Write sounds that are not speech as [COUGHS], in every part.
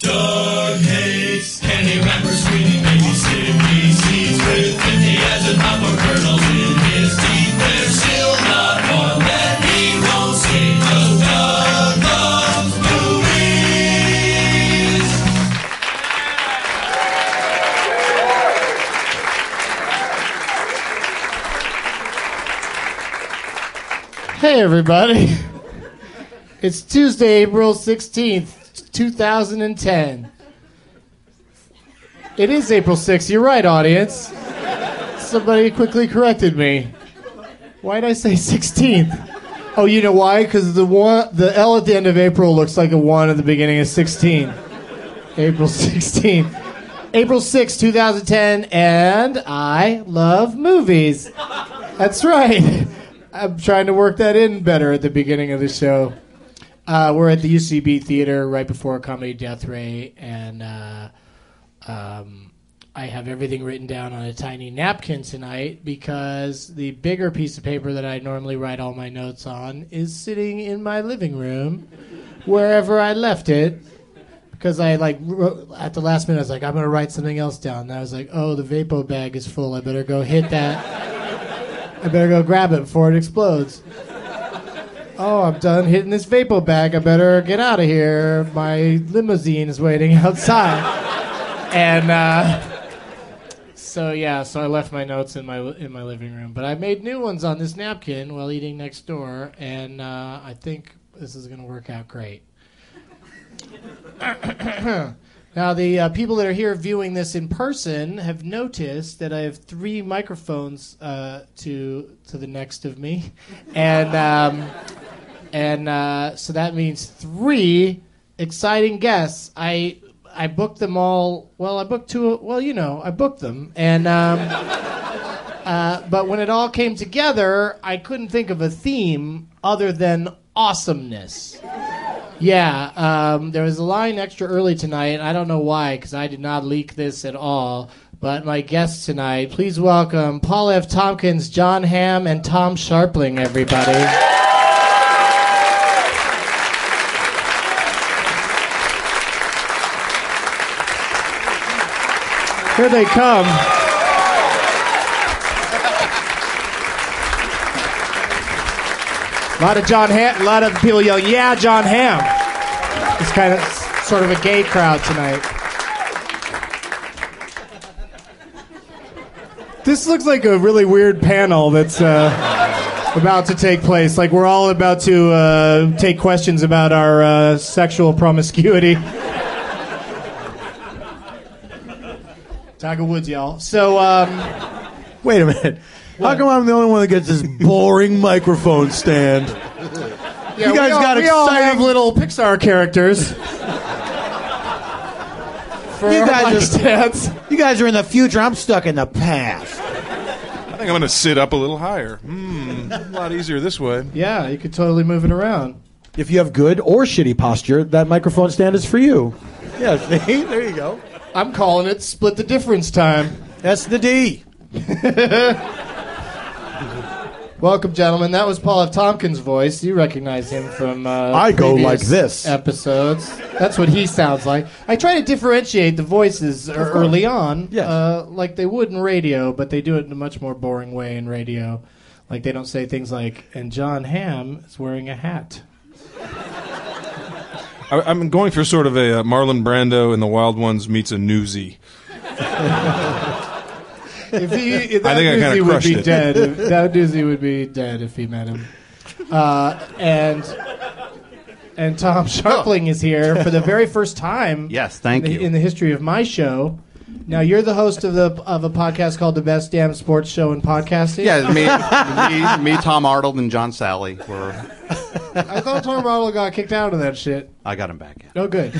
Doug hates any rapper, sweetie, baby, sippy seeds with 50 as an upper kernels in his teeth. There's still not one that he won't see. 'Cause Doug loves movies. Hey, everybody. It's Tuesday, April 16th, 2010. It is April 6th. You're right, audience. Somebody quickly corrected me. Why did I say 16th? Oh, you know why? Because the one, the L at the end of April looks like a one at the beginning of 16. April 16th. April 6th, 2010, and I love movies. That's right. I'm trying to work that in better at the beginning of the show. Uh, we're at the UCB Theater right before Comedy Death Ray, and uh, um, I have everything written down on a tiny napkin tonight because the bigger piece of paper that I normally write all my notes on is sitting in my living room, wherever I left it. Because I like wrote, at the last minute, I was like, I'm gonna write something else down. And I was like, oh, the Vapo bag is full. I better go hit that. I better go grab it before it explodes. Oh, I'm done hitting this vapor bag. I better get out of here. My limousine is waiting [LAUGHS] outside. And uh, so yeah, so I left my notes in my in my living room, but I made new ones on this napkin while eating next door, and uh, I think this is gonna work out great. Now, the uh, people that are here viewing this in person have noticed that I have three microphones uh, to to the next of me, and um, and uh, so that means three exciting guests. I I booked them all. Well, I booked two. Well, you know, I booked them, and um, uh, but when it all came together, I couldn't think of a theme other than awesomeness. Yeah, um, there was a line extra early tonight. I don't know why, because I did not leak this at all. But my guests tonight, please welcome Paul F. Tompkins, John Hamm, and Tom Sharpling, everybody. Here they come. A lot of John Ham, a lot of people yelling, "Yeah, John Ham." It's kind of sort of a gay crowd tonight. This looks like a really weird panel that's uh, about to take place. Like we're all about to uh, take questions about our uh, sexual promiscuity. Tiger Woods, y'all. So. Um, Wait a minute. How come I'm the only one that gets this boring microphone stand? Yeah, You guys we all, got we all exciting- have little Pixar characters. for You our guys mic are- stands. You guys are in the future. I'm stuck in the past. I think I'm going to sit up a little higher. Hmm, a lot easier this way. Yeah, you could totally move it around. If you have good or shitty posture, that microphone stand is for you. Yeah, see? There you go. I'm calling it split the difference time. That's the D. Welcome, gentlemen. That was Paul F. Tompkins' voice. You recognize him from uh, I go previous like this. episodes. That's what he sounds like. I try to differentiate the voices ear- early on, Yes. uh, like they would in radio, but they do it in a much more boring way in radio. Like they don't say things like "and John Hamm is wearing a hat." I, I'm going for sort of a uh, Marlon Brando in The Wild Ones meets a newsie. If he, if that I think I kinda doozy would crushed be it. dead. If, that doozy would be dead if he met him. Uh, and and Tom Sharpling is here for the very first time. [LAUGHS] Yes, thank in the, you. In the history of my show, now you're the host of the of a podcast called the Best Damn Sports Show in Podcasting. Yeah, [LAUGHS] me, me, me, Tom Arnold, and John Sally. Were, I thought Tom Ronald got kicked out of that shit. I got him back. in. No [LAUGHS] good.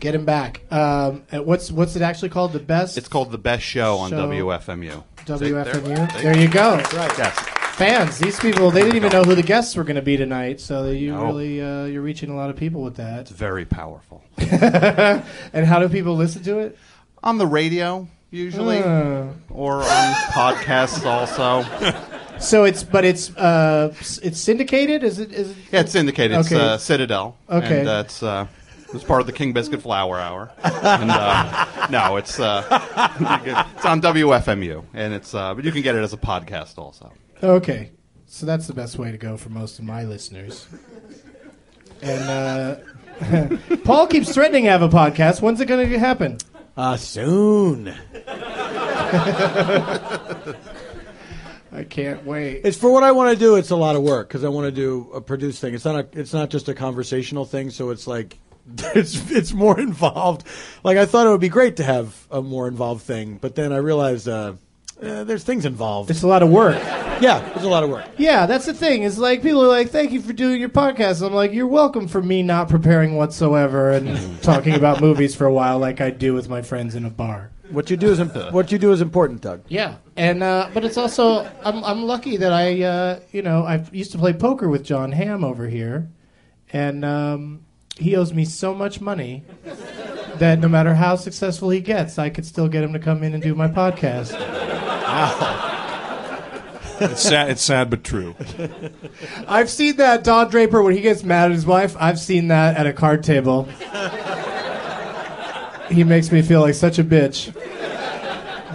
Get him back. Um, and what's what's it actually called? The best. It's called the best show on So- WFMU. WFMU. There you go. Right. Yes. fans. These people they didn't even know who the guests were going to be tonight, so you No. really uh, you're reaching a lot of people with that. [LAUGHS] It's very powerful. And how do people listen to it? On the radio usually, Uh. or on [LAUGHS] podcasts also. So it's but it's uh, s- it's syndicated. Is it? Is it Yeah, it's syndicated. It's Okay. uh, Citadel. Okay. And that's. uh, it's part of the King Biscuit Flower Hour. [LAUGHS] And, uh, no, it's uh, [LAUGHS] it's on WFMU, and it's uh, but you can get it as a podcast also. okay? So that's the best way to go for most of my listeners. And uh, [LAUGHS] Paul keeps threatening to have a podcast. When's it going to happen? Uh, soon. I can't wait. It's for what I want to do. It's a lot of work because I want to do a produce thing. It's not a. It's not just a conversational thing. So it's like, [LAUGHS] it's it's more involved. Like I thought it would be great to have a more involved thing, but then I realized uh, eh, there's things involved. It's a lot of work. yeah, it's a lot of work. Yeah, that's the thing. It's like people are like, "Thank you for doing your podcast." I'm like, "You're welcome for me not preparing whatsoever and talking about movies for a while, like I do with my friends in a bar." What you do is imp- what you do is important, Doug. Yeah, and uh, but it's also I'm I'm lucky that I uh, you know I used to play poker with John Hamm over here, and um, he owes me so much money that no matter how successful he gets, I could still get him to come in and do my podcast. It's sad, it's sad but true. I've seen that Don Draper when he gets mad at his wife. I've seen that at a card table. he makes me feel like such a bitch.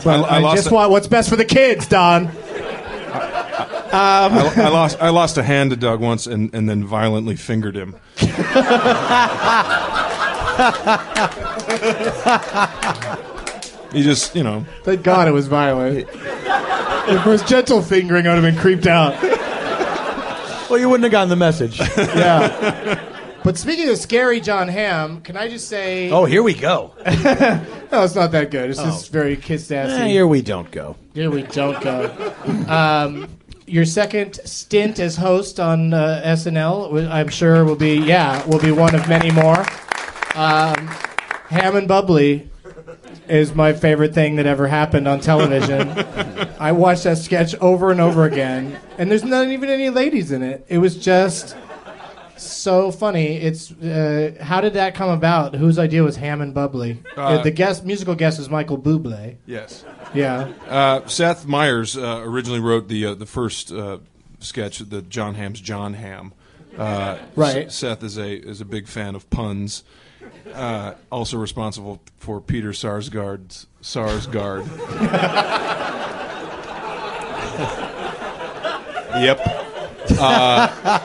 But I I, lost just it. want what's best for the kids, Don. I, I lost I lost a hand to Doug once and, and then violently fingered him. he just, you know, Thank God it was [LAUGHS] violent. if it was gentle fingering, I would have been creeped out. Well, you wouldn't have gotten the message. Yeah. But speaking of scary John Hamm, can I just say? [LAUGHS] oh, here we go. no, it's not that Oh. good. It's just very kiss Eh, assy. here we don't go. Here we don't go. [LAUGHS] Um, your second stint as host on uh, SNL, wi- I'm sure, will be yeah, will be one of many more. Um, Ham and bubbly is my favorite thing that ever happened on television. I watched that sketch over and over again, and there's not even any ladies in it. It was just so funny. It's uh, how did that come about? Whose idea was Ham and Bubbly? Uh, the guest musical guest is Michael Bublé. Yes. Yeah. Uh, Seth Meyers uh, originally wrote the uh, the first uh, sketch, the John Ham's John Ham. Uh, Right. S- Seth is a is a big fan of puns. Uh, also responsible for Peter Sarsgaard's Sarsgaard. [LAUGHS] yep. Uh,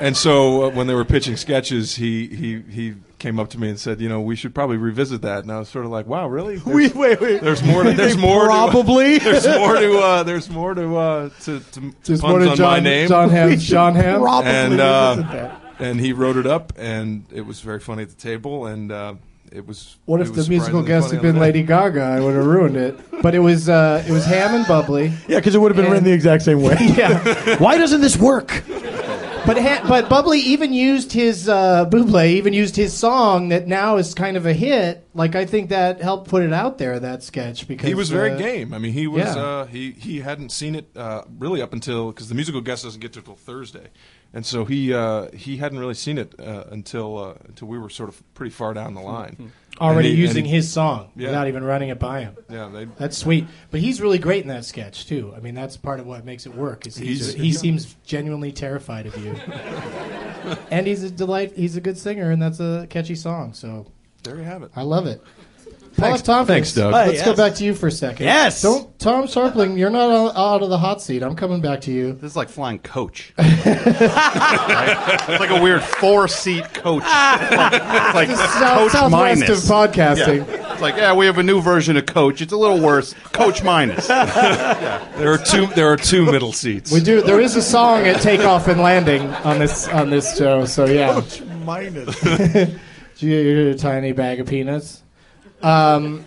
and so uh, when they were pitching sketches, he, he he came up to me and said, you know, we should probably revisit that. And I was sort of like, wow, really? [LAUGHS] We, wait, wait. There's more. To, They there's more. Probably. [LAUGHS] To, [LAUGHS] there's more to. Uh, there's more to. Uh, to, to, to puns more to on John, my name. John Ham. [LAUGHS] We should John Ham. probably and revisit uh, that. and he wrote it up, and it was very funny at the table, and uh, it was. What it if was the musical surprisingly guest funny had on been the day. Lady Gaga? I would have ruined it. But it was uh, it was Ham and [LAUGHS] Bubbly. Yeah, because it would have been And- written the exact same [LAUGHS] way. Yeah. Why doesn't this work? But ha- but Bubbly even used his uh, Buble even used his song that now is kind of a hit. Like I think that helped put it out there that sketch because He was very uh, game. I mean, he was. yeah. Uh, he he hadn't seen it uh, really up until because the musical guest doesn't get to till Thursday, and so he uh, he hadn't really seen it uh, until uh, until we were sort of pretty far down the Hmm. line. Already And he- and using he- his song Yeah. without even running it by him. Yeah, they, That's sweet. But he's really great in that sketch too. I mean, that's part of what makes it work. Is he's, He's- he seems genuinely terrified of [LAUGHS] you. and he's a delight. He's a good singer, and that's a catchy song. So there you have it. I love it. Paul F. Tompkins. Thanks, Doug. Let's Hi, go yes. back to you for a second. Yes. Don't, Tom Sharpling, you're not out- out of the hot seat. I'm coming back to you. This is like flying coach. [LAUGHS] Right? It's like a weird four seat coach. It's like South, coach southwest minus. of podcasting. Yeah. It's like, yeah, we have a new version of coach. It's a little worse. Coach [LAUGHS] minus. There are two. There are two middle seats. We do. There is a song at takeoff and landing on this on this show. So yeah. Oh, [LAUGHS] Minus. You're you're a tiny bag of peanuts. Um,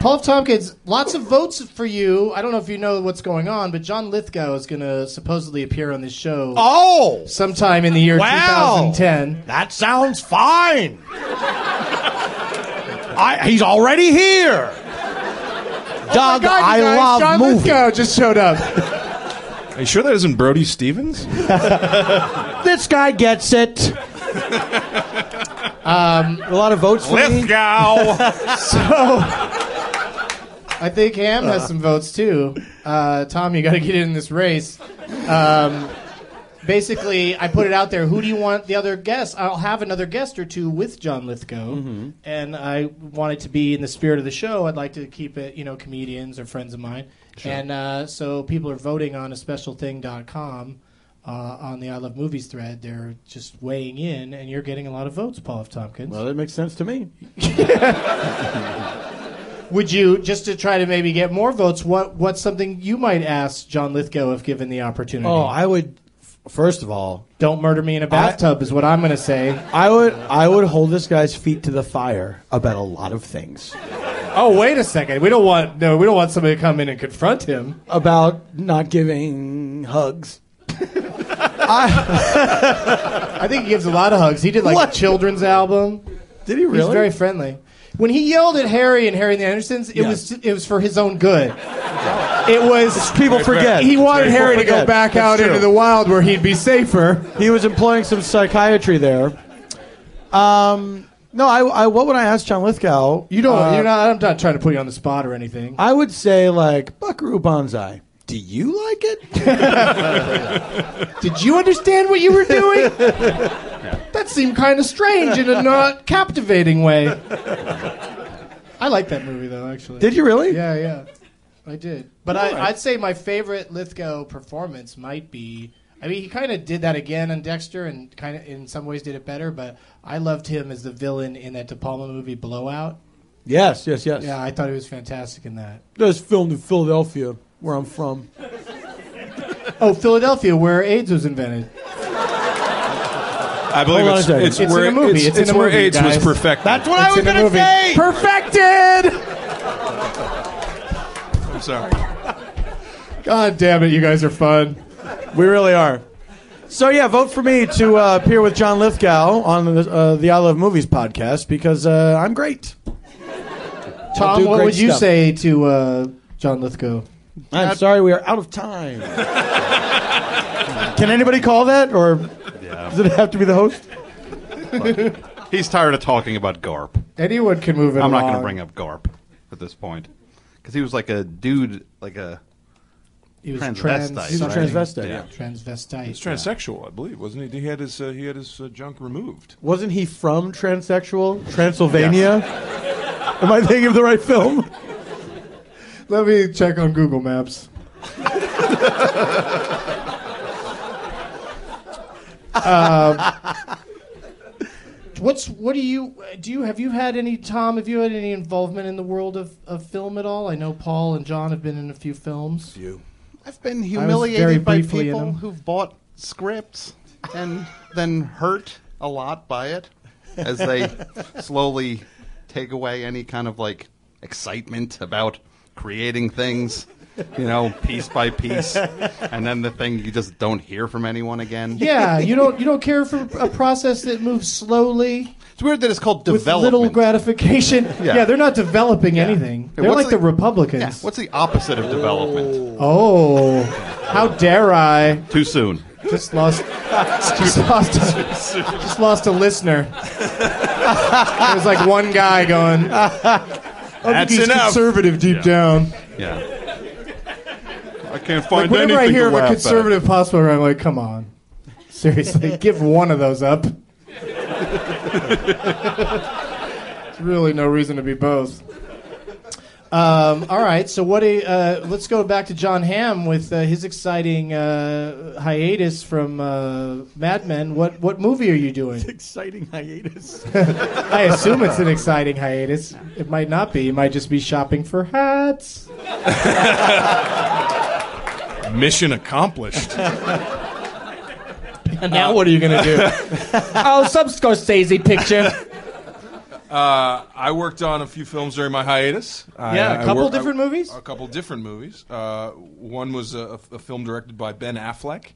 Paul F. Tompkins, lots of votes for you. I don't know if you know what's going on, but John Lithgow is going to supposedly appear on this show Oh, sometime in the year Wow. 2010. that sounds fine. I, he's already here. Doug, God, I you guys, love John movies. Lithgow just showed up. Are you sure that isn't Brody Stevens? This guy gets [LAUGHS] it. Um, a lot of votes for me. Lithgow. I think Ham has some votes too. Uh, Tom, you got to get in this race. Um, basically, I put it out there. Who do you want the other guest? I'll have another guest or two with John Lithgow, and I want it to be in the spirit of the show. I'd like to keep it, you know, comedians or friends of mine. And uh, so people are voting on a specialthing.com. Uh, on the I Love Movies thread, they're just weighing in, and you're getting a lot of votes, Paul F. Tompkins. Well, that makes sense to me. Would you just to try to maybe get more votes? What what's something you might ask John Lithgow if given the opportunity? Oh, I would. f- First of all, don't murder me in a bathtub is what I'm going to say. I would I would hold this guy's feet to the fire about a lot of things. [LAUGHS] Oh, wait a second. We don't want no. We don't want somebody to come in and confront him. About not giving hugs. I think he gives a lot of hugs. He did like What? a children's album. Did he really? He's very friendly. When he yelled at Harry and Harry and the Andersons, it was it was for his own good. It [LAUGHS] was People forget. he wanted People Harry to go forget. back That's out true. into the wild where he'd be safer. He was employing some psychiatry there. Um, no, I, I. What would I ask John Lithgow? You don't. Uh, you're not. I'm not trying to put you on the spot or anything. I would say like Buckaroo Banzai. Do you like it? [LAUGHS] Did you understand what you were [LAUGHS] doing? That seemed kind of strange in a not captivating way. I like that movie though, actually. Did you really? Yeah, yeah, I did. But I, I'd say my favorite Lithgow performance might be. I mean, he kind of did that again on Dexter, and kind of in some ways did it better. But I loved him as the villain in that De Palma movie Blowout. Yes. Yes. Yes. Yeah, I thought he was fantastic in that. That's filmed in Philadelphia, where I'm from. Oh, Philadelphia, where AIDS was invented. I believe Hold on a it's, second. it's, It's where in a movie. It's, It's in a where movie, AIDS guys. was perfected. That's what I It's was in a gonna movie. say. Perfected. I'm sorry. God damn it, you guys are fun. We really are. So yeah, vote for me to uh, appear with John Lithgow on the, uh, the I Love Movies podcast because uh, I'm great. Tom, do what great would you stuff. say to uh, John Lithgow? I'm sorry, we are out of time. Can anybody call that or? Yeah. Does it have to be the host? He's tired of talking about Garp. Anyone can move it. I'm not going to along. bring up Garp at this point because he was like a dude, like a He was transvestite, trans- He's a something. transvestite, yeah. Transvestite. He's transsexual, I believe, wasn't he? He had his uh, he had his uh, junk removed. Wasn't he from transsexual Transylvania? Am I thinking of the right film? Let me check on Google [LAUGHS] Maps. um, what's what do you do? You have you had any Tom? Have you had any involvement in the world of, of film at all? I know Paul and John have been in a few films. I've been very humiliated by briefly in people them. who've bought scripts and then hurt a lot by it [LAUGHS] as they slowly take away any kind of like excitement about creating things, you know, piece by piece. And then the thing you just don't hear from anyone again. Yeah, you don't you don't care for a process that moves slowly It's weird that it's called with development. little [LAUGHS] gratification. Yeah. Yeah, they're not developing anything. Hey, They're what's like the, the- Republicans. yeah, what's the opposite of development? oh, how dare I? Too soon. Just [LAUGHS] lost. just lost. just lost a listener. [LAUGHS] There was like one guy going. I think That's he's enough. conservative deep Yeah. down. Yeah. I can't Like find whenever I anything hear to of a laugh at. conservative possible, I'm like, come on, [LAUGHS] seriously, give one of those up. There's really no reason to be both. Um, all right, so what? A, uh, let's go back to John Hamm with uh, his exciting uh, hiatus from uh, Mad Men. What what movie are you doing? Exciting hiatus. [LAUGHS] I assume it's an exciting hiatus. It might not be. You might just be shopping for hats. Mission accomplished. [LAUGHS] And now Uh, what are you gonna do? [LAUGHS] oh, some Scorsese picture. I worked on a few films during my hiatus. I- Yeah, a I couple wor- I- different movies? A couple different movies. Uh, one was a, a film directed by Ben Affleck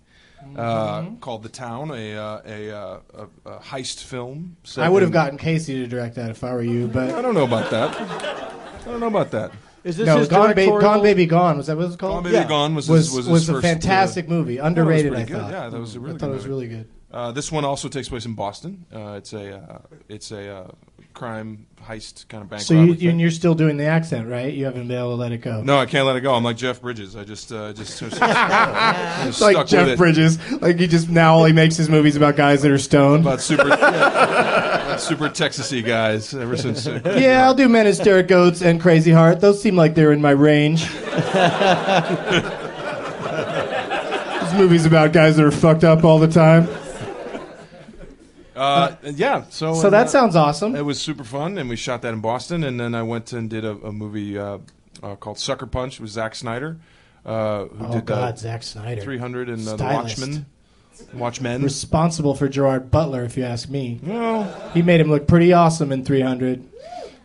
uh, Mm-hmm. called The Town, a, uh, a, uh, a, a heist film. set I would have in- gotten Casey to direct that if I were you, I but don't know about that. I don't know about that. Is this no, his Gone, ba- directorial- Gone Baby Gone was that what it was called? Gone Baby Yeah. Gone was was his, was, his a first, fantastic uh, movie, no, it was underrated. pretty I good. thought. Yeah, that was a really I thought it good was movie. really good. Uh, this one also takes place in Boston. Uh, it's a uh, it's a uh, crime heist kind of bank. So you, robbery you thing. and you're still doing the accent, right? You haven't been able to let it go. no, I can't let it go. I'm like Jeff Bridges. I just uh, just, [LAUGHS] just, just it's like stuck with Jeff it. Bridges. Like he just now all he makes his movies about guys that are stoned. about super super Texasy guys ever since. uh, [LAUGHS] yeah, I'll do Menace, Derek Goats, and Crazy Heart. Those seem like they're in my [LAUGHS] range. this movie's about guys that are fucked up all the time. Uh, yeah, so So and, that uh, sounds awesome. It was super fun, and we shot that in Boston, and then I went and did a, a movie uh, uh, called Sucker Punch with Zack Snyder, uh, who Oh did God, Zack Snyder. Three Hundred and uh, The Stylist. Watchmen. Watchmen. Responsible for Gerard Butler, if you ask me. Well, He made him look pretty awesome in 300.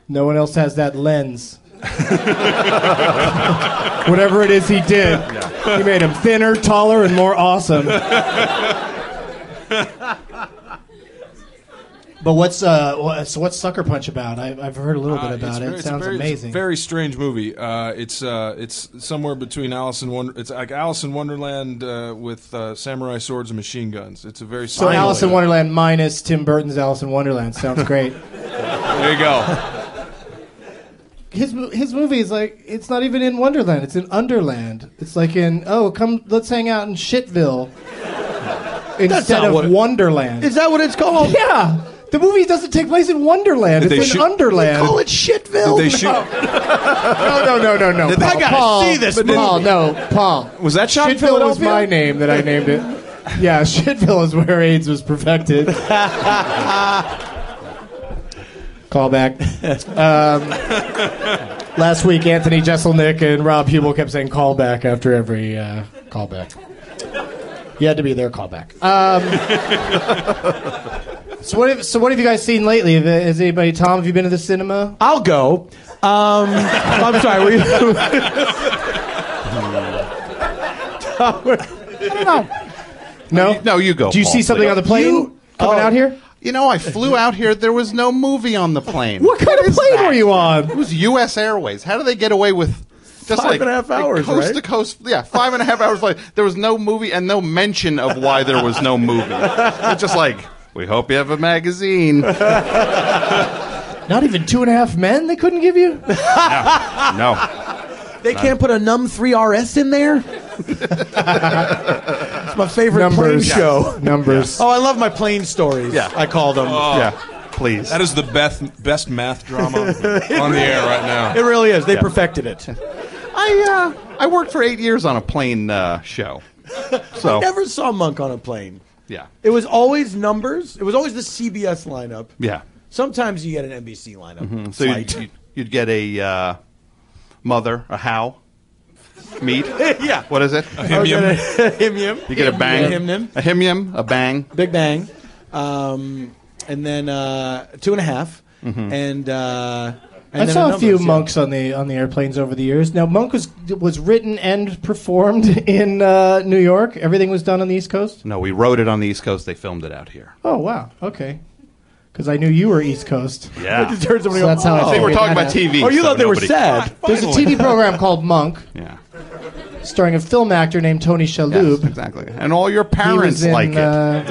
No one else has that [LAUGHS] lens. Whatever it is he did, he made him thinner, taller, and more awesome. but what's uh, wha- so what's Sucker Punch about? I, I've heard a little bit uh, about very- it. It a sounds very, amazing. very strange movie. Uh, it's uh, it's somewhere between Alice in Wonder. It's like Alice in Wonderland uh, with uh, samurai swords and machine guns. It's a very so Alice in Wonderland minus Tim Burton's Alice in Wonderland sounds great. There you go. his mo- his movie is like it's not even in Wonderland. It's in Underland. It's like in oh come let's hang out in Shitville instead not of what it- Wonderland. Is that what it's called? yeah, the movie doesn't take place in Wonderland. Did it's they in shoot- Underland. Call it Shitville. They shoot. no, no, no, no, no. I gotta Paul, see this but Paul, no, Paul. Was that shot in Shitville was Philadelphia? my name that I named it. Yeah, [LAUGHS] Shitville is where AIDS was [LAUGHS] perfected. Call back. Um, last week, Anthony Jeselnik and Rob Hubel kept saying "call back" after every uh, call back. You had to be their callback. Um, [LAUGHS] so what? Have, so what have you guys seen lately? Have- Has anybody, Tom? Have you been to the cinema? I'll go. Um, I'm sorry. Were you, No, No, you go, Do you Paul, see something please. on the plane You- coming oh. out here? You know, I flew out here. There was no movie on the plane. What kind of is plane that? were you on? It was U.S. Airways. How do they get away with just Five like, and a half like hours, coast right? to coast. Yeah, five and a half hours. Like there was no movie and no mention of why there was no movie. It's just like we hope you have a magazine. Not even two and a half men they couldn't give [LAUGHS] you? No, They can't put a num three RS in there. it's my favorite Numbers. plane [LAUGHS] show. Numbers. Oh, I love my plane stories. Yeah. Oh. I call them. yeah, please. That is the best best math [LAUGHS] drama on the air right now. It really is. They perfected it. I uh, I worked for eight years on a plane uh, show. So Never saw Monk on a plane. yeah, It was always numbers. It was always the CBS lineup. yeah. Mm-hmm. Sometimes you get an NBC lineup. So Flight. you'd, you'd, you'd get a uh, mother, a how, meat. [LAUGHS] Yeah. What is it? I was Him, gonna- him. him, him. You get a bang, Him, him. a him, him, a bang. Big Bang, um, and then uh, Two and a Half, Mm-hmm. and, uh, and I then saw a Numbers, few yeah. monks on the on the airplanes over the years. Now, Monk was was written and performed [LAUGHS] in uh, New York. Everything was done on the East Coast. No, we wrote it on the East Coast. They filmed it out here. Oh wow, okay. Because I knew you were East Coast. [LAUGHS] Yeah. Just heard somebody So go, that's how I "Oh." I think we're talking about TV. Oh, you so thought they were nobody- sad. There's a TV program called Monk, Yeah. starring a film actor named Tony Shalhoub. Yes, exactly. And all your He parents was in, like it. uh,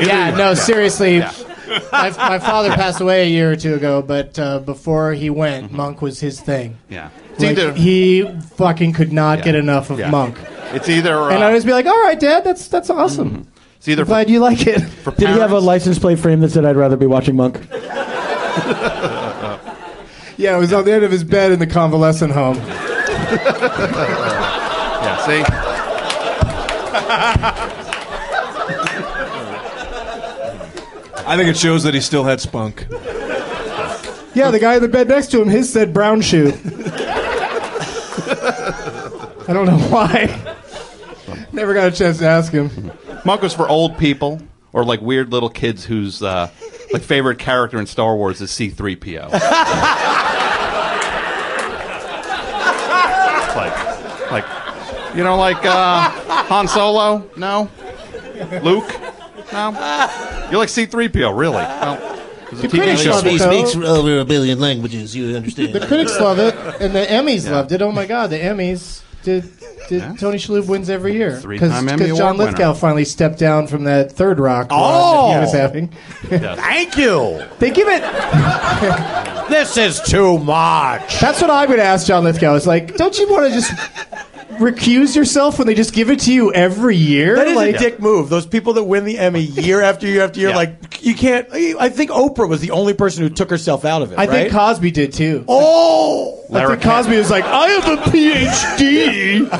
yeah, no, seriously. My, my father passed away a year or two ago, but uh, before he went, Mm-hmm. Monk was his thing. Yeah. It's Like, either he fucking could not Yeah. get enough of yeah. Monk. It's either uh, And I'd always be like, all right, Dad, that's, that's awesome. it's either Glad you like it. for, for parents. license plate frame that said, "I'd rather be watching Monk"? Yeah, it was on the end of his bed in the convalescent home. Yeah. See. I think it shows that he still had spunk. Yeah, the guy in the bed next to him, his said brown [LAUGHS] shoe. I don't know why. Never got a chance to ask him. Monk was for old people or like weird little kids whose uh, like favorite character in Star Wars is C-3PO. like, like, you know, like uh, Han Solo? No. Luke? No. You're like C-3PO, really? Uh, Well, it was a TV critics show. love it, though. over a billion languages, you understand. The critics love it, and the Emmys loved it. Oh my God, the Emmys did. Did Tony Shalhoub wins every year Three-time Emmy because John Award winner. Lithgow finally stepped down from that Third Rock run that he Oh! was [LAUGHS] having. Thank you. They give it. [LAUGHS] This is too much. That's what I'm going to ask John Lithgow. It's like, don't you want to just recuse yourself when they just give it to you every year? That is like, a dick move. Those people that win the Emmy year after year after year, Yeah. like you can't. I think Oprah was the only person who took herself out of it. I right? think Cosby did too. oh, I think Cosby was like, I have a PhD,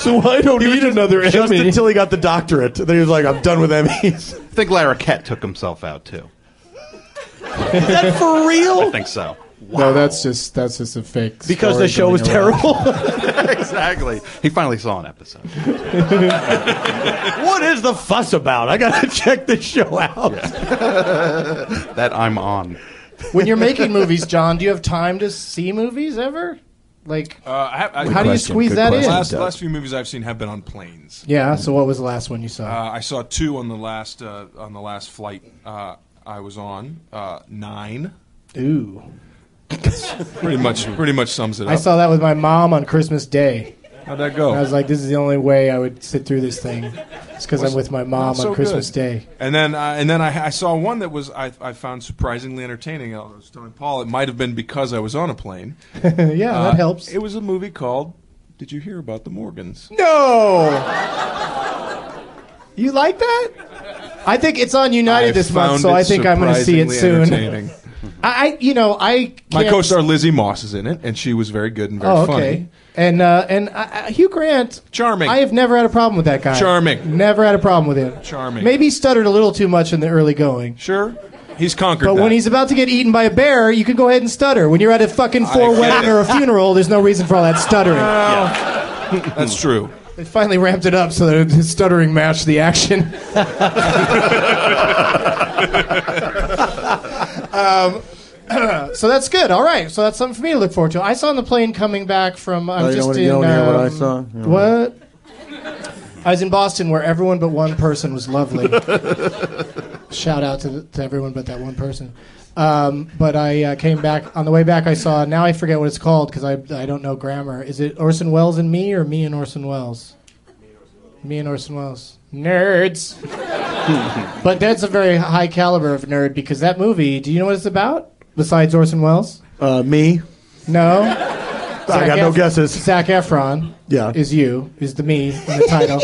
so I don't need another just Emmy. until he got the doctorate. Then he was like, "I'm done with [LAUGHS] Emmys." I think Larroquette took himself out, too. is that for I real? think so. No, that's just that's just a fake. Because the story show was going around. terrible. [LAUGHS] [LAUGHS] exactly. He finally saw an episode. what is the fuss about? I gotta [LAUGHS] check this show out. That I'm on. When you're making movies, John, do you have time to see movies ever? Like, Uh, I have, I, how do you question, squeeze good that question. in? last last few movies I've seen have been on planes. yeah. So, what was the last one you saw? Uh, I saw two on the last uh, on the last flight uh, I was on. Uh, nine, Uh, Ooh, pretty much pretty much sums it up. I saw that with my mom on Christmas Day. How'd that go? I was like, this is the only way I would sit through this thing. It's because I'm with my mom Not so on Christmas good. Day. And then, I and then I, I saw one that was I, I found surprisingly entertaining. I was telling Paul it might have been because I was on a plane. yeah, [LAUGHS] that helps. Uh, It was a movie called "Did You Hear About the Morgans?" no! you like that? I think it's on United this month, so I think I'm going to see it soon. [LAUGHS] I, I, you know, I can't... My co-star Lizzie Moss is in it, and she was very good and very Oh, okay. funny. And uh, and uh, Hugh Grant, Charming. I have never had a problem with that guy. Charming. Never had a problem with him. Charming. Maybe he stuttered a little too much in the early going. Sure, he's conquered. But that. when [LAUGHS] he's about to get eaten by a bear, you can go ahead and stutter. When you're at a fucking I four get wedding it. or a funeral, there's no reason for all that stuttering. Oh. [LAUGHS] that's true. They finally ramped it up so that the stuttering matched the action. [LAUGHS] um, Um, [CLEARS THROAT] so that's good. All right. So that's something for me to look forward to. I saw on the plane coming back from. I'm Oh, you just don't wanna- in. you don't wanna hear what I um, saw? You don't What? [LAUGHS] I was in Boston where everyone but one person was lovely. Shout out to, the, to everyone but that one person. Um, but I uh, came back on the way back. I saw now I forget what it's called because I I don't know grammar. Is it Orson Welles and me or me and Orson Welles? Me and Orson Welles. [LAUGHS] Nerds. but that's a very high caliber of nerd because that movie. Do you know what it's about? Besides Orson Welles? Uh, me? No. [LAUGHS] I got no Ef- guesses. Zach Efron. Yeah. Is you is the me in the [LAUGHS] title.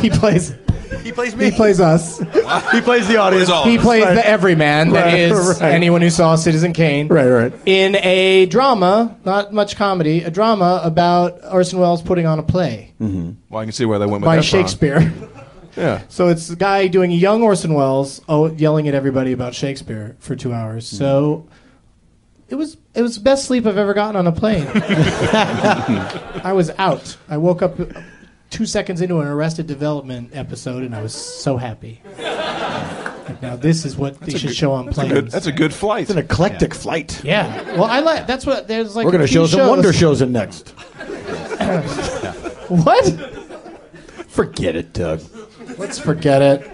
he plays. He plays He plays us. He plays the audience. all He plays Right. the everyman that Right, is right. anyone who saw Citizen Kane. Right, right. In a drama, not much comedy, a drama about Orson Welles putting on a play Mm. Well, I can see why they went with by Efron. Shakespeare. [LAUGHS] Yeah. so it's a guy doing a young Orson Welles oh, yelling at everybody about Shakespeare for two hours. So it was it was the best sleep I've ever gotten on a plane. I was out. I woke up two seconds into an Arrested Development episode, and I was so happy. Like, now this is what they should show on planes. Good- that's a good flight. An eclectic flight. Yeah. Well, I like that's what there's like. We're going a to few show some shows. wonder shows in next. What? Forget it, Doug. Let's forget it.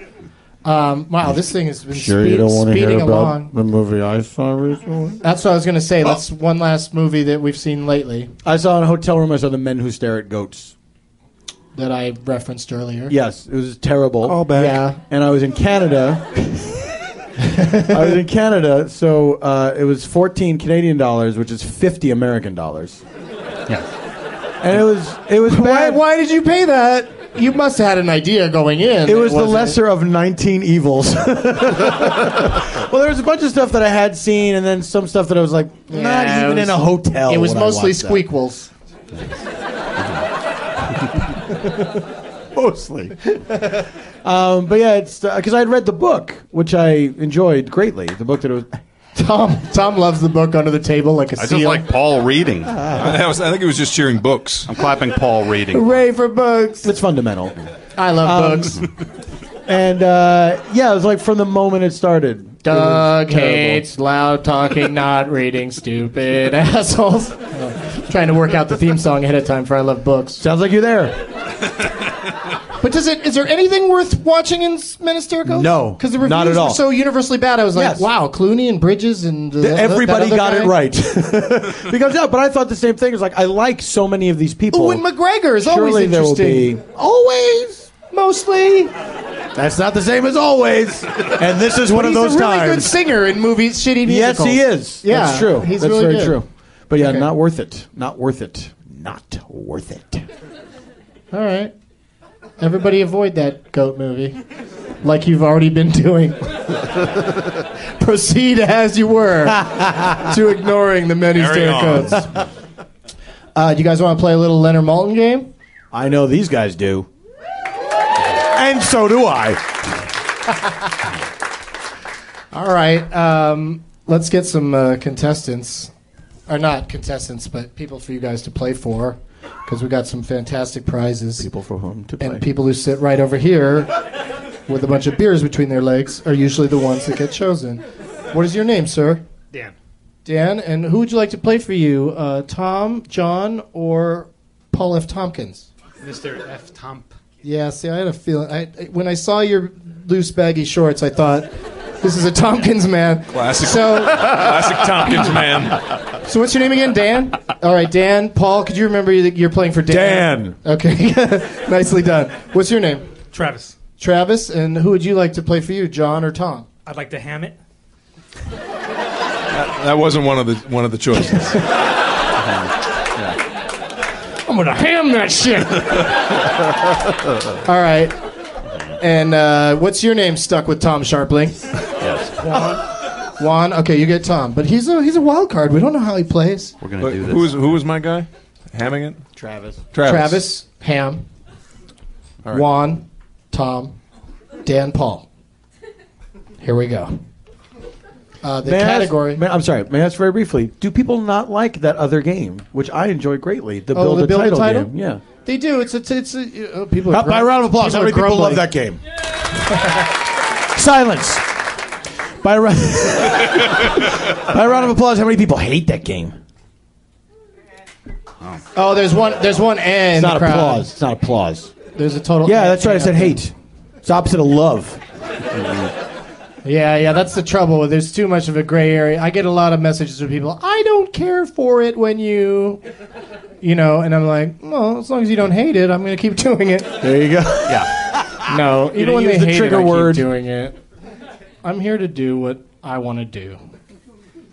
Um, wow, this thing has been Sure, speed, you don't want to hear speeding about along. the movie I saw recently? That's what I was going to Oh. say. That's one last movie that we've seen lately I saw in a hotel room, I saw The Men Who Stare at Goats. that I referenced earlier. Yes, it was terrible. Call back. Yeah. and I was [LAUGHS] in Canada. I was in Canada, so uh, it was 14 Canadian dollars, which is 50 American dollars. And it was [LAUGHS] it was Why, bad. why did you pay that? You must have had an idea going in. It was the wasn't- lesser of 19 evils. [LAUGHS] well, there was a bunch of stuff that I had seen, and then some stuff that I was like, not Yeah, it even was- in a hotel. It was would I mostly watch that. squeakles. mostly. [LAUGHS] um, but yeah, it's because I had read the book, which I enjoyed greatly. The book that it was. Tom Tom loves the book under the table like a I seal. just like Paul reading. I, was, I think it was just cheering books. I'm clapping Paul reading. Hooray for books! It's fundamental. I Um, love books. And uh, yeah, it was like from the moment it started. it Doug was terrible. hates loud talking, not reading, stupid [LAUGHS] assholes. Oh. Trying to work out the theme song ahead of time for I Love Books. Sounds like you're there. But does it? Is there anything worth watching in S- Men in Stair Goats? No, because the not reviews at all. were so universally bad. I was like, Yes. wow, Clooney and Bridges and the, Everybody that other got guy. it right. [LAUGHS] because yeah, but I thought the same thing. It's like I like so many of these people. Ooh, and McGregor is Surely always there will interesting. be always. Mostly, That's not the same as always. and this is one of he's those a really good times. singer in movies, shitty yes, musicals. he is. Yeah, That's true. He's That's really very good. true. But yeah, Okay. not worth it. Not worth it. Not worth it. All right, everybody avoid that goat movie, like you've already been doing. [LAUGHS] Proceed as you were to ignoring the many Carry stair on. codes. Uh, do you guys want to play a little Leonard Malton game? I know these guys do. And so do I. All right, um, let's get some uh, contestants, or not contestants, but people for you guys to play for, because we got some fantastic prizes. People for whom to play. and people who sit right over here with a bunch of beers between their legs are usually the ones that get chosen. What is your name, sir? Dan. Dan, and who would you like to play for you? Uh, Tom, John, or Paul F. Tompkins? Mr. F. Tomp. Yeah, see, I had a feeling. I, I- when I saw your loose, baggy shorts, I thought, this is a Tompkins man. Classic. So, Classic Tompkins, [LAUGHS] man. so what's your name again, Dan? All right, Dan, Paul, could you remember that you're playing for Dan? Dan. Okay, [LAUGHS] nicely done. What's your name? Travis. Travis, and who would you like to play for you, John or Tom? I'd like to ham it. That wasn't one of the one of the [LAUGHS] choices. I'm gonna ham that shit. All right. And uh, what's your name stuck with Tom Sharpling? Yes. Juan. Juan. Okay, you get Tom, but he's a he's a wild card. We don't know how he plays. We're gonna But do who was this. who was my guy? Hamming it. Travis. Travis. Travis, Ham, All right. Juan, Tom, Dan, Paul. Here we go. Uh, the May I ask- category. may- I'm sorry. May I ask very briefly? Do people not like that other game, which I enjoy greatly, the Oh, build the a build a title, title? game? Yeah. They do. It's a, it's a, uh, people. Are Up by a round of applause. How are many people love grumbling. that game? Silence. By a, round, [LAUGHS] by a round of applause, how many people hate that game? Oh, there's one. There's one. And It's not applause. It's not applause. There's a total. Yeah, that's right. I said hate. It's opposite of love. Yeah, yeah, that's the trouble. There's too much of a gray area. I get a lot of messages from people, I don't care for it when you, you know, and I'm like, well, as long as you don't hate it, I'm going to keep [LAUGHS] doing it. There you go. Yeah. No, You even when use they the hate trigger it, I keep word. doing it. I'm here to do what I want to do.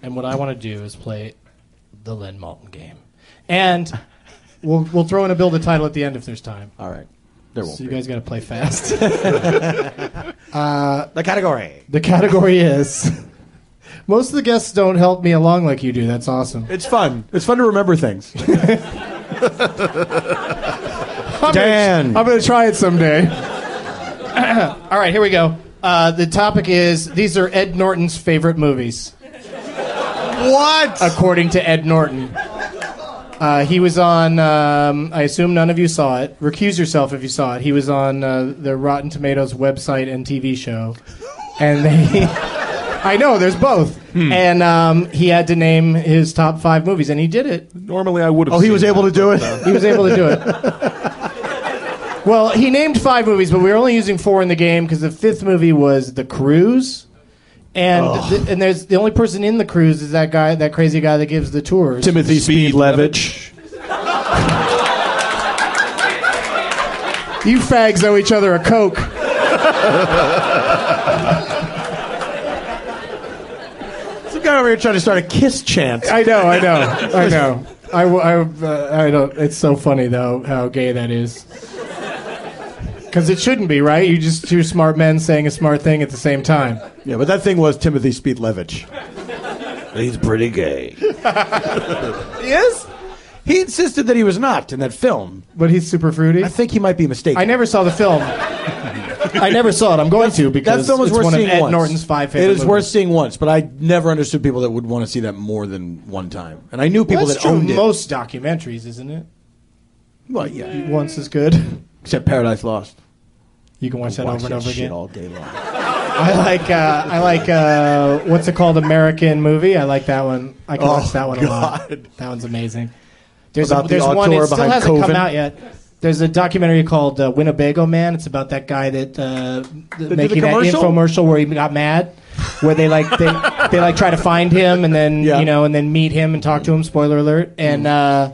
And what I want to do is play the Len Malton game. And we'll, we'll throw in a build a title at the end if there's time. All right. There won't so you be. guys got to play fast. [LAUGHS] uh, the category. The category is. [LAUGHS] Most of the guests don't help me along like you do. That's awesome. It's fun. It's fun to remember things. I'm Dan. Gonna, I'm going to try it someday. [COUGHS] All right, here we go. Uh, the topic is these are Ed Norton's favorite movies. What? According to Ed Norton. Uh, he was on, um, I assume none of you saw it. Recuse yourself if you saw it. He was on uh, the Rotten Tomatoes website and TV show. And they. [LAUGHS] I know, there's both. And um, he had to name his top five movies, and he did it. Normally, I would have. Oh, he was able to do it. He was able to do it. Well, he named five movies, but we were only using four in the game because the fifth movie was The Cruise, and th- and there's the only person in The Cruise is that guy, that crazy guy that gives the tours. Timothy Speed, Levitch. You fags owe each other a coke. Some guy over here trying to start a kiss chant. I know, I know, I know. I, w- I, uh, I don't. It's so funny though how gay that is. Because it shouldn't be, right? You just two smart men saying a smart thing at the same time. Yeah, but that thing was Timothy Speed Levitch. He's pretty gay. [LAUGHS] He is? He insisted that he was not in that film. But he's super fruity. I think he might be mistaken. I never saw the film. I never saw it. I'm going to that because film is it's worth one of seeing Ed once. Norton's five favorite. It is movies. worth seeing once, but I never understood people that would want to see that more than one time. And I knew Well, people that's that true of owned it. most documentaries, isn't it? well, yeah, Once is good. except Paradise Lost. You can watch that Watch over and that over shit again. all day long. I like uh, I like uh, what's it called American movie. I like that one. I can Oh, watch that one a lot. God. That one's amazing. There's About a, the there's one auteur it still behind hasn't Coven? come out yet. There's a documentary called uh, Winnebago Man. It's about that guy that uh, th- the making that commercial? infomercial where he got mad, where they like they, they like try to find him and then Yeah. you know and then meet him and talk to him. Spoiler alert. And uh,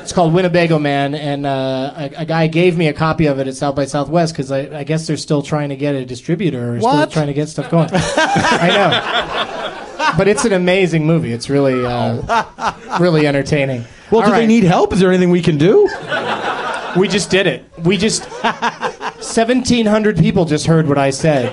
it's called Winnebago Man, and uh, a, a guy gave me a copy of it at South by Southwest because I, I guess they're still trying to get a distributor or still What? trying to get stuff going. [LAUGHS] I know, but it's an amazing movie. It's really, uh, really entertaining. Well, All do they right. need help? Is there anything we can do? We just did it. We just seventeen hundred people just heard what I said.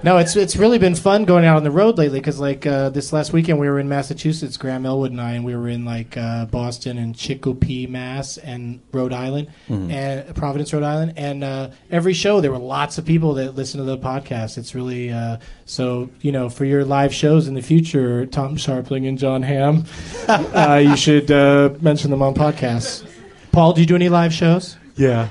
No, it's it's really been fun going out on the road lately because like uh, this last weekend we were in Massachusetts, Graham Elwood and I, and we were in like uh, Boston and Chicopee, Mass, and Rhode Island, and uh, Providence, Rhode Island, and uh, every show there were lots of people that listen to the podcast. It's really uh, so you know for your live shows in the future, Tom Sharpling and John Hamm, uh, you should uh, mention them on podcasts. Paul, do you do any live shows? Yeah.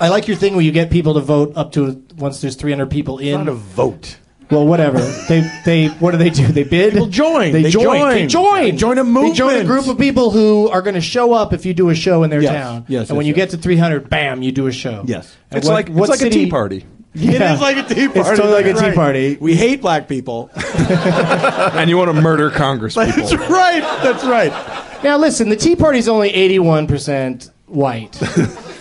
I like your thing where you get people to vote up to once there's 300 people in. Not a vote. Well, whatever. they they what do they do? They bid. People join. They, They join. join. They join. They join a They join a movement. group of people who are going to show up if you do a show in their Yes. town. Yes, And yes, when you get yes. to 300, bam, you do a show. Yes. And It's what- like what it's like a city- tea party. Yeah. It is like a tea It's party. totally like a tea Right. party. We hate black [LAUGHS] people. [LAUGHS] and you want to [LAUGHS] murder Congress people. That's right. That's right. Now listen, the Tea Party's only 81% white.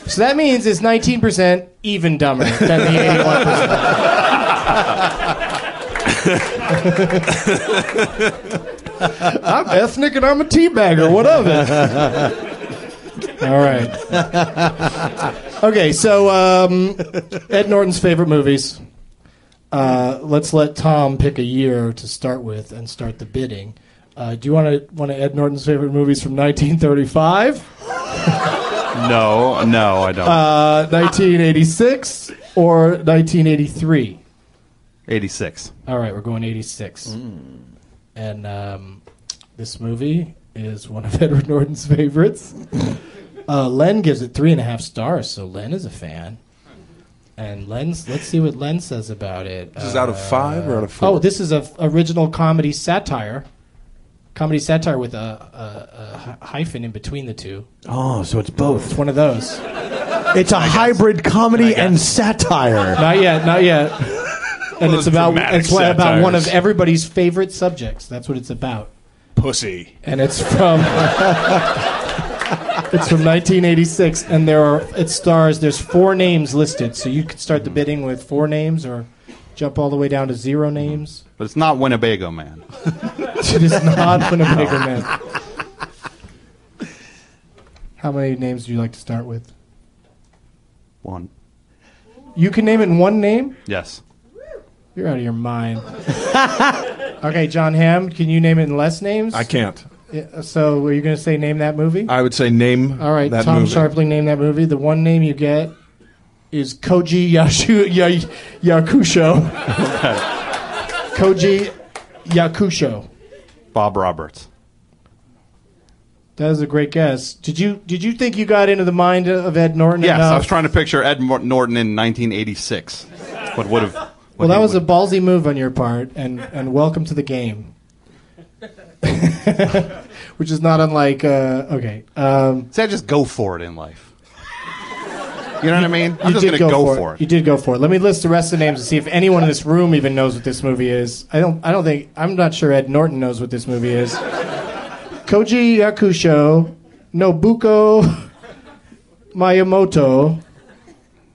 so that means it's 19% even dumber than the 81%. I'm ethnic and I'm a teabagger. What of it? All right. Okay, so um, Ed Norton's favorite movies. Uh, let's let Tom pick a year to start with and start the bidding. Uh, do you want to want to Ed Norton's favorite movies from 1935? No, no, I don't. Uh, 1986 or 1983? 86. All right, we're going 86. And um, this movie is one of [LAUGHS] Edward Norton's favorites. Uh, Len gives it three and a half stars, so Len is a fan. And Len's, let's see what Len says about it. Uh, This is out of five or out of four? Oh, this is a f- original comedy satire, comedy satire with a, a, a hy- hyphen in between the two. Oh, so it's both. It's one of those. It's a hybrid comedy and satire. [LAUGHS] Not yet, not yet. And it's about it's why- about one of everybody's favorite subjects. That's what it's about. Pussy. And it's from [LAUGHS] It's from 1986 and there are it stars there's four names listed. So you could start the bidding with four names or jump all the way down to zero names. But it's not Winnebago Man. It is not [LAUGHS] Winnebago Man. How many names do you like to start with? One. You can name it in one name? Yes. You're out of your [LAUGHS] mind. okay, John Hamm, can you name it in less names? I can't. Yeah, so were you going to say name that Uh, movie? I would say name. All right, that Tom movie. Sharpling named that movie. The one name you get is Koji Yashu, y- [LAUGHS] Yakusho. Koji Yakusho. Bob Roberts. That is a great guess. Did you did you think you got into the mind of Ed Norton? Yes, enough? I was trying to picture Ed Mor- Norton in 1986. What would have? Well, that was a ballsy move on your part, and, and welcome to the [LAUGHS] game. Which is not unlike, uh, okay. Um, See, I just go for it in life. You know what I mean? I'm you just did go, gonna go for, for it. You did go for it. Let me list the rest of the names and see if anyone in this room even knows what this movie is. I don't. I don't think. I'm not sure Ed Norton knows what this movie [LAUGHS] is. Koji Yakusho, Nobuko Miyamoto,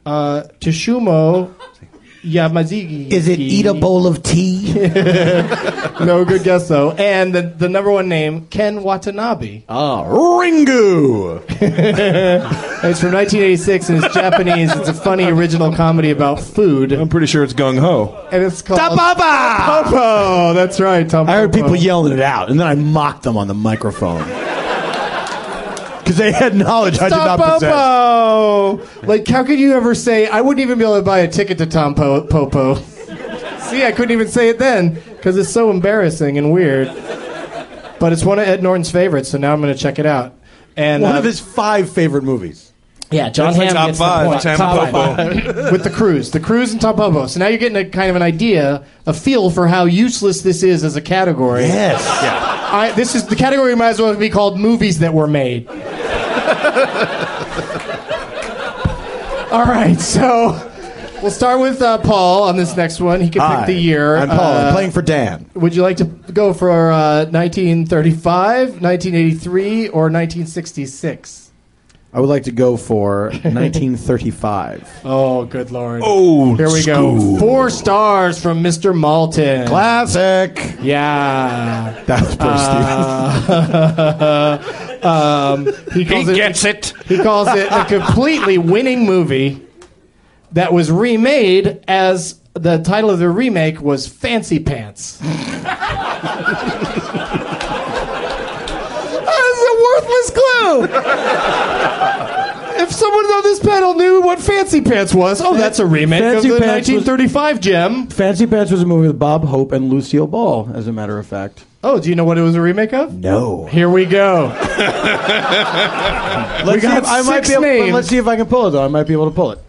uh, Toshumo Yamazaki. Is it eat a bowl of tea? no good guess though. And the the number one name Ken Watanabe. Ah, Ringu. It's from 1986 and it's Japanese. It's a funny original comedy about food. I'm pretty sure it's gung ho. And it's called Tapapa! Popo. That's right. Tom I heard Popo. people yelling it out, and then I mocked them on the [LAUGHS] microphone because they had knowledge I did not Tom possess. Popo. Like, how could you ever say? I wouldn't even be able to buy a ticket to Tom po- Popo. See, I couldn't even say it then because it's so embarrassing and weird. But it's one of Ed Norton's favorites, so now I'm going to check it out. And One uh, of his five favorite movies. Yeah, John That's like Hamm top gets five, the point. Tom Popo. [LAUGHS] five. with the cruise, the cruise and Tom Popo. So now you're getting a kind of an idea, a feel for how useless this is as a category. Yes. I, this is the category might as well be called movies that were made. [LAUGHS] All right, so we'll start with uh, Paul on this next one. He can Hi, pick the year. I'm Paul. Uh, I'm playing for Dan. Would you like to go for uh, 1935, 1983, or 1966? I would like to go [LAUGHS] for 1935. Oh, good lord. Old Here we go. school. Four stars from Mr. Malton. Classic. [LAUGHS] Yeah. That was pretty Uh, um, he calls it, gets it. He calls it a completely winning movie that was remade as the title of the remake was Fancy Pants. [LAUGHS] that is a worthless clue. If someone on this panel knew what Fancy Pants was, oh, that's a remake Fancy of the Pants was- 1935 gem. Fancy Pants was a movie with Bob Hope and Lucille Ball, as a matter of fact. Oh, do you know what it was a remake of? No. Here we go. Let's We see got if I might six be able, names. Let's see if I can pull it, though. I might be able to pull it.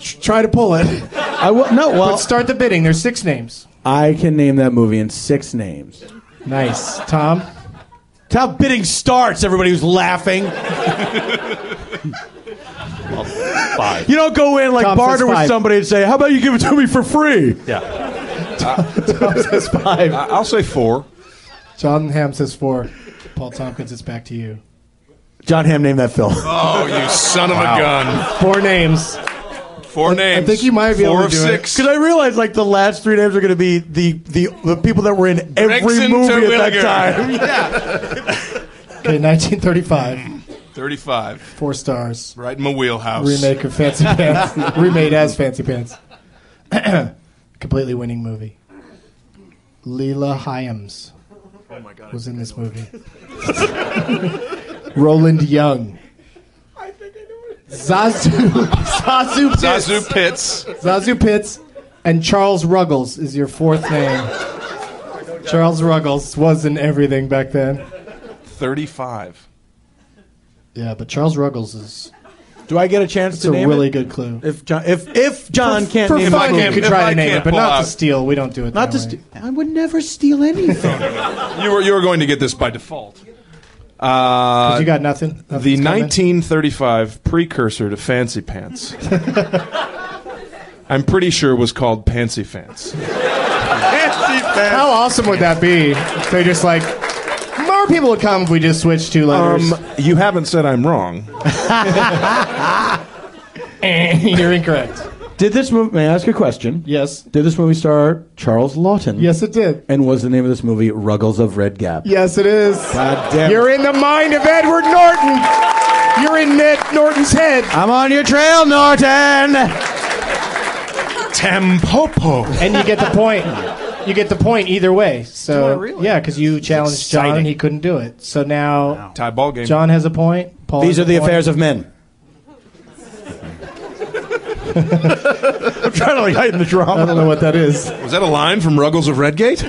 Try to pull it. I will, no, well, Let's start the bidding. There's six names. I can name that movie in six names. Nice. Tom? Top bidding starts. Everybody was [LAUGHS] laughing. Five. You don't go in like Tom says barter with five. somebody and say, "How about you give it to me for free?" Yeah. [LAUGHS] Tom says five. I- I'll say four. John Hamm says four. Paul Tompkins, it's back to you. John Hamm named that film. Oh, you son of a gun! Four names. Four names. think you might be four able to of do it. six. Because I realized like the last three names are going to be the, the the people that were in every Gregson movie to at Williger. that [LAUGHS] time. yeah. Okay, 1935. Thirty-five. Four stars. Right in my wheelhouse. Remake of [LAUGHS] Fancy Pants. Remade as Fancy Pants. [CLEARS THROAT] Completely winning movie. Leela Hyams Oh my god. was in this [LAUGHS] movie. Roland Young. Zazu, [LAUGHS] Zazu, Pitts. Zazu Pitts. Zazu Pitts and Charles Ruggles is your fourth name. Charles Ruggles was in everything back then. Thirty-five. Yeah, but Charles Ruggles is Do I get a chance it's to a name really it? good clue. If John if if John can't For name fun, it, you could if try I to name can't it, but pull not to out- steal. We don't do it. not that to way. [LAUGHS] st- I would never steal anything. You were you were going to get this by default. Uh, 'Cause you got nothing? the Uh, Nothing's coming? 1935 precursor to Fancy Pants. I'm pretty sure was called Pantsy Fans. How awesome would that be? If they just like more people would come if we just switched two letters. Um, you haven't said I'm wrong. [LAUGHS] You're incorrect. Did this movie? May I ask a question? Yes. Did this movie star Charles Lawton? Yes, it did. And was the name of this movie Ruggles of Red Gap? Yes, it is. God damn it. You're in the mind of Edward Norton. You're in Ned Norton's head. I'm on your trail, Norton. Tempopo. and you get the point. You get the point either way. So yeah, because you challenged John, exciting. he couldn't do it. So now Tie ball game. John has a point. Paul. These has are a the point. affairs of men. I'm trying to like heighten the I drama. don't know what that is. Was that a line from Ruggles of Redgate?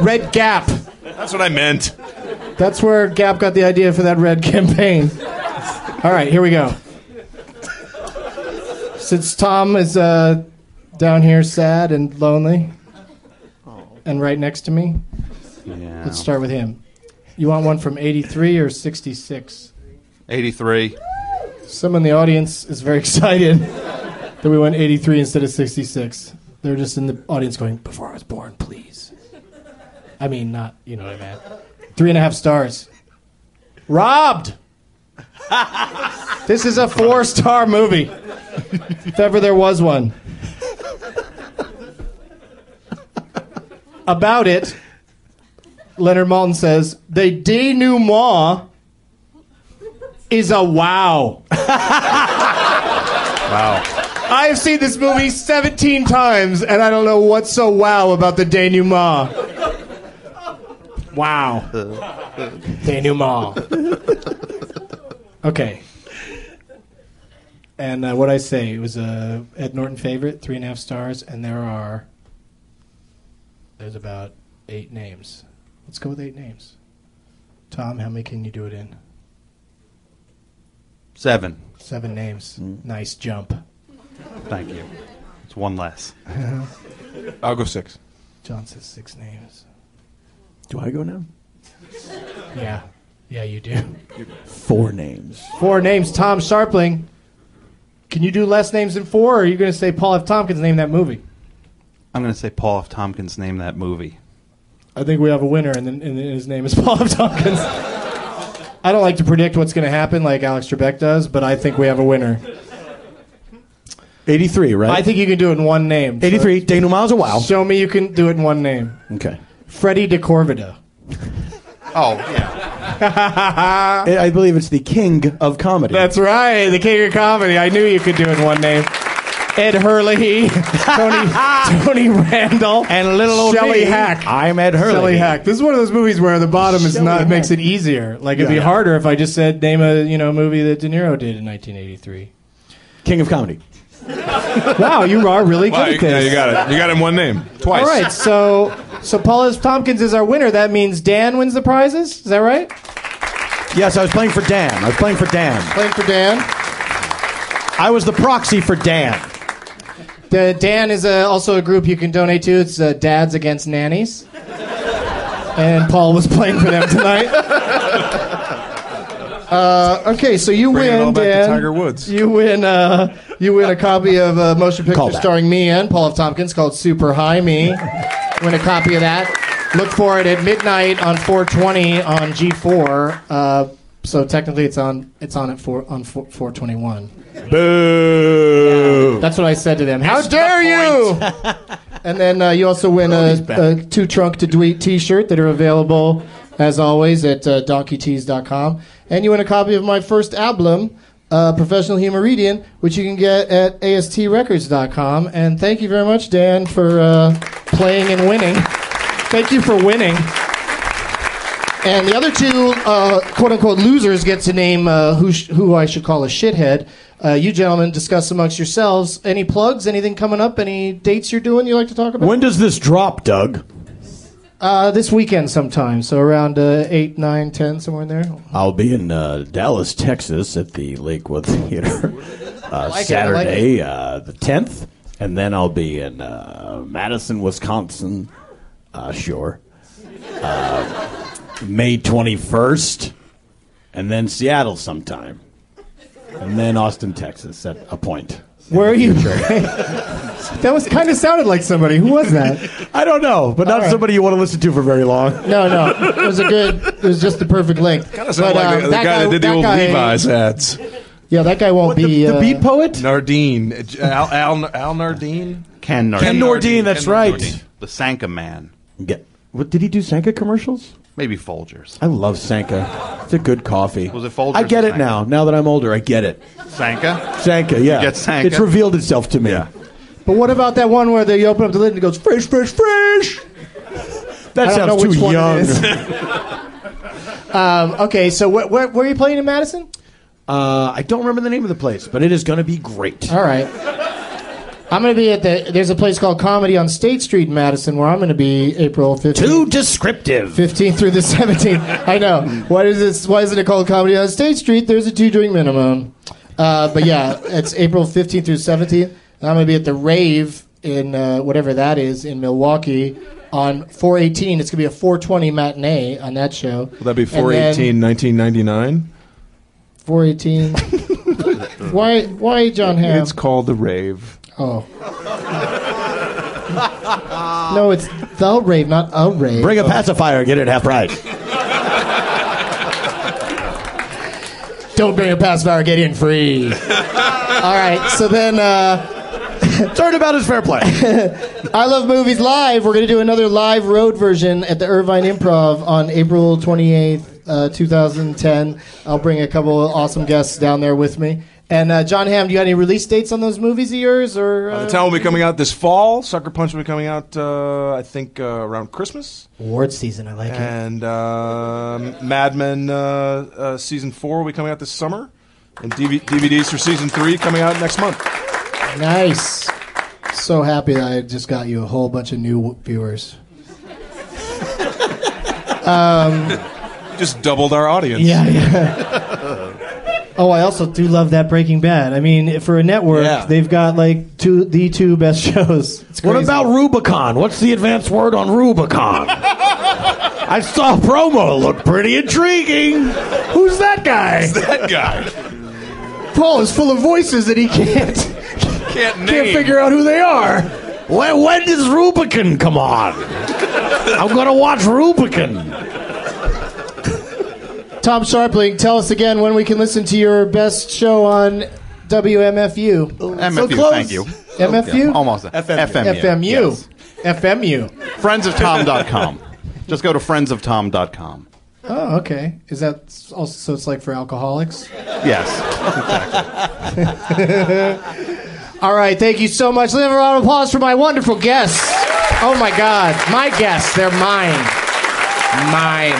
Red Gap. That's what I meant. That's where Gap got the idea for that red [LAUGHS] campaign. All right, here we go. Since Tom is uh, down here sad and lonely, Oh. and right next to me, Yeah. let's start with him. You want one from 83 or 66? 83. Someone in the audience is very [LAUGHS] excited that we went 83 instead of 66. They're just in the audience going, Before I was born, please. I mean, not, you know what I meant. Three and a half stars. Robbed! this is a four star movie. If ever there was one. About it, Leonard Maltin says, The denouement is a wow. Wow. I have seen this movie 17 times, and I don't know what's so wow about the denouement. Wow. denouement. Okay. And uh, what I say, it was a Ed Norton favorite, three and a half stars, and there are. There's about eight names. Let's go with eight names. Tom, how many can you do it in? Seven. Seven names. Nice jump. Thank you. It's one less. I'll go six. John says six names. Do I go now? Yeah. Yeah, you do. Four names. Four names. Tom Sharpling. Can you do less names than four, or are you going to say Paul F. Tompkins named that movie? I'm going to say Paul F. Tompkins named that movie. I think we have a winner, and, then, and his name is [LAUGHS] Paul F. Tompkins. I don't like to predict what's going to happen like Alex Trebek does, but I think we have a winner. 83, right? I think you can do it in one name. 83. Denouement is a wow. Show me you can do it in one name. Okay. Freddie DeCorvida. Oh, yeah. I I believe it's the king of comedy. That's right, the king of comedy. I knew you could do it in one name. Ed Hurley, [LAUGHS] [LAUGHS] Tony, Tony Randall, and little old Shelley me, Hack. I'm Ed Hurley. Shelley Hack. This is one of those movies where the bottom is Shelley not Hack. makes it easier. Like it'd be Yeah. harder if I just said name a you know movie that De Niro did in 1983. King of comedy. [LAUGHS] wow, you are really good Wow, you, at this. yeah, you got it. You got him one name twice. All right, so so Paul S. Tompkins is our winner. That means Dan wins the prizes. Is that right? Yes, I was playing for Dan. I was playing for Dan. Playing for Dan. I was the proxy for Dan. The Dan is uh also a group you can donate to. It's uh, Dads Against Nannies. And Paul was playing for them [LAUGHS] tonight. Uh, okay, so you Bringing it win, all back to Dan. Tiger Woods. You win. Uh, you win a copy of a motion picture Callback. starring me and Paul F. Tompkins called Super High Me. win a copy of that. Look for it at midnight on 420 on G4. Uh, so technically, it's on. It's on at four on four, 421. Boo. That's what I said to them. How dare you! [LAUGHS] and then uh, you also win a, a two trunk to tweet T-shirt that are available as always at uh, donkeytees.com, and you win a copy of my first album. Uh, professional humoridian which you can get at astrecords.com and thank you very much dan for uh, playing and winning thank you for winning and the other two uh, quote unquote losers get to name uh, who, sh- who I should call a shithead. Uh, you gentlemen discuss amongst yourselves any plugs, anything coming up, any dates you're doing you like to talk about? When does this drop, Doug? Uh, this weekend sometime, so around uh, 8, 9, 10, somewhere in there. I'll be in uh, Dallas, Texas at the [LAUGHS] Lakewood Theater uh, like it, I like Saturday, uh, the 10th. And then I'll be in uh, Madison, Wisconsin. Uh, sure. May 21st, and then Seattle sometime, and then Austin, Texas at a point. Where are [LAUGHS] you? that was kind of sounded like somebody. Who was that? I don't know, but not somebody you want to listen to for very long. [LAUGHS] No, no. It was a good. It was just the perfect length. um, Kinda sounded like the- the guy that did the old Levi's ads. Yeah, that guy won't be the uh, beat poet Nardine, Uh, Al Al, Al Nardine. Ken Nordine. Ken Nordine, that's Ken right. Nordine, the Sanka man. Get what did he do? Sanka commercials? Maybe Folgers. I love Sanka. It's a good coffee. Was it Folgers I get or it Sanka? now. Now that I'm older, I get it. Sanka? Sanka, yeah. You get Sanka? It's revealed itself to me. But what about that one where they open up the lid and it goes [LAUGHS] fresh, fresh, fresh? That I don't know sounds which too one it young. is. um, okay, so wh- wh- where are you playing in Madison? [LAUGHS] Uh, I don't remember the name of the place, but it is going to be great. All right. I'm going to be at the. There's a place called Comedy on State Street in Madison where I'm going to be April 15th. Too descriptive. 15th through the 17th. I know. Why is this? Why isn't it called Comedy on State Street? There's a two drink minimum. Uh, but yeah, it's April 15th through 17th. And I'm going to be at the Rave in uh, whatever that is in Milwaukee on 418. It's going to be a 420 matinee on that show. Will that be And then 418, 1999? [LAUGHS] 418. why? Why John Hamm? It's called The Rave. Oh. no, it's the rave, not a rave. Bring a pacifier, get it half price. Don't bring a pacifier, get in [LAUGHS] free. All right, so then. Uh, Turnabout is fair [LAUGHS] play. I Love Movies Live. We're going to do another live road version at the Irvine Improv on April 28th, uh, 2010. I'll bring a couple of awesome guests down there with me. And uh, John Hamm, do you got any release dates on those movies of yours? Or, Uh, uh, the Town will be coming out this fall. Sucker Punch will be coming out, uh, I think, uh, around Christmas. Award season, I like it. And um Mad Men uh, uh, season four will be coming out this summer. And DV- DVDs for season three coming out next month. Nice. So happy that I just got you a whole bunch of new viewers. um, Just doubled our audience. Yeah, [LAUGHS] yeah. oh, I also do love that Breaking Bad. I mean, for a network, Yeah. they've got like two the two best [LAUGHS] shows. It's What crazy. about Rubicon? What's the advanced word on Rubicon? I saw a promo. Looked pretty intriguing. Who's that guy? Who's that guy? Paul is full of voices that he can't can't, can't figure out who they are. When, when does Rubicon come on? I'm gonna watch [LAUGHS] Rubicon. Tom Sharpling? Tell us again when we can listen to your best show on WMFU. MFU, thank you. Oh, MFU. Yeah, almost. FMU. FMU. FMU. Friendsoftom.com. Just go to friendsoftom.com. Oh, okay. Is that s- also so? It's like for alcoholics. Yes. All right. Thank you so much. Let's have a round of applause for my wonderful guests. Oh my God, my guests. They're mine. Mine.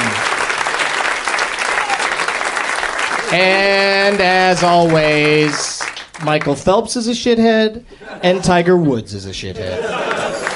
And as always, Michael Phelps is a shithead, and Tiger Woods is a shithead.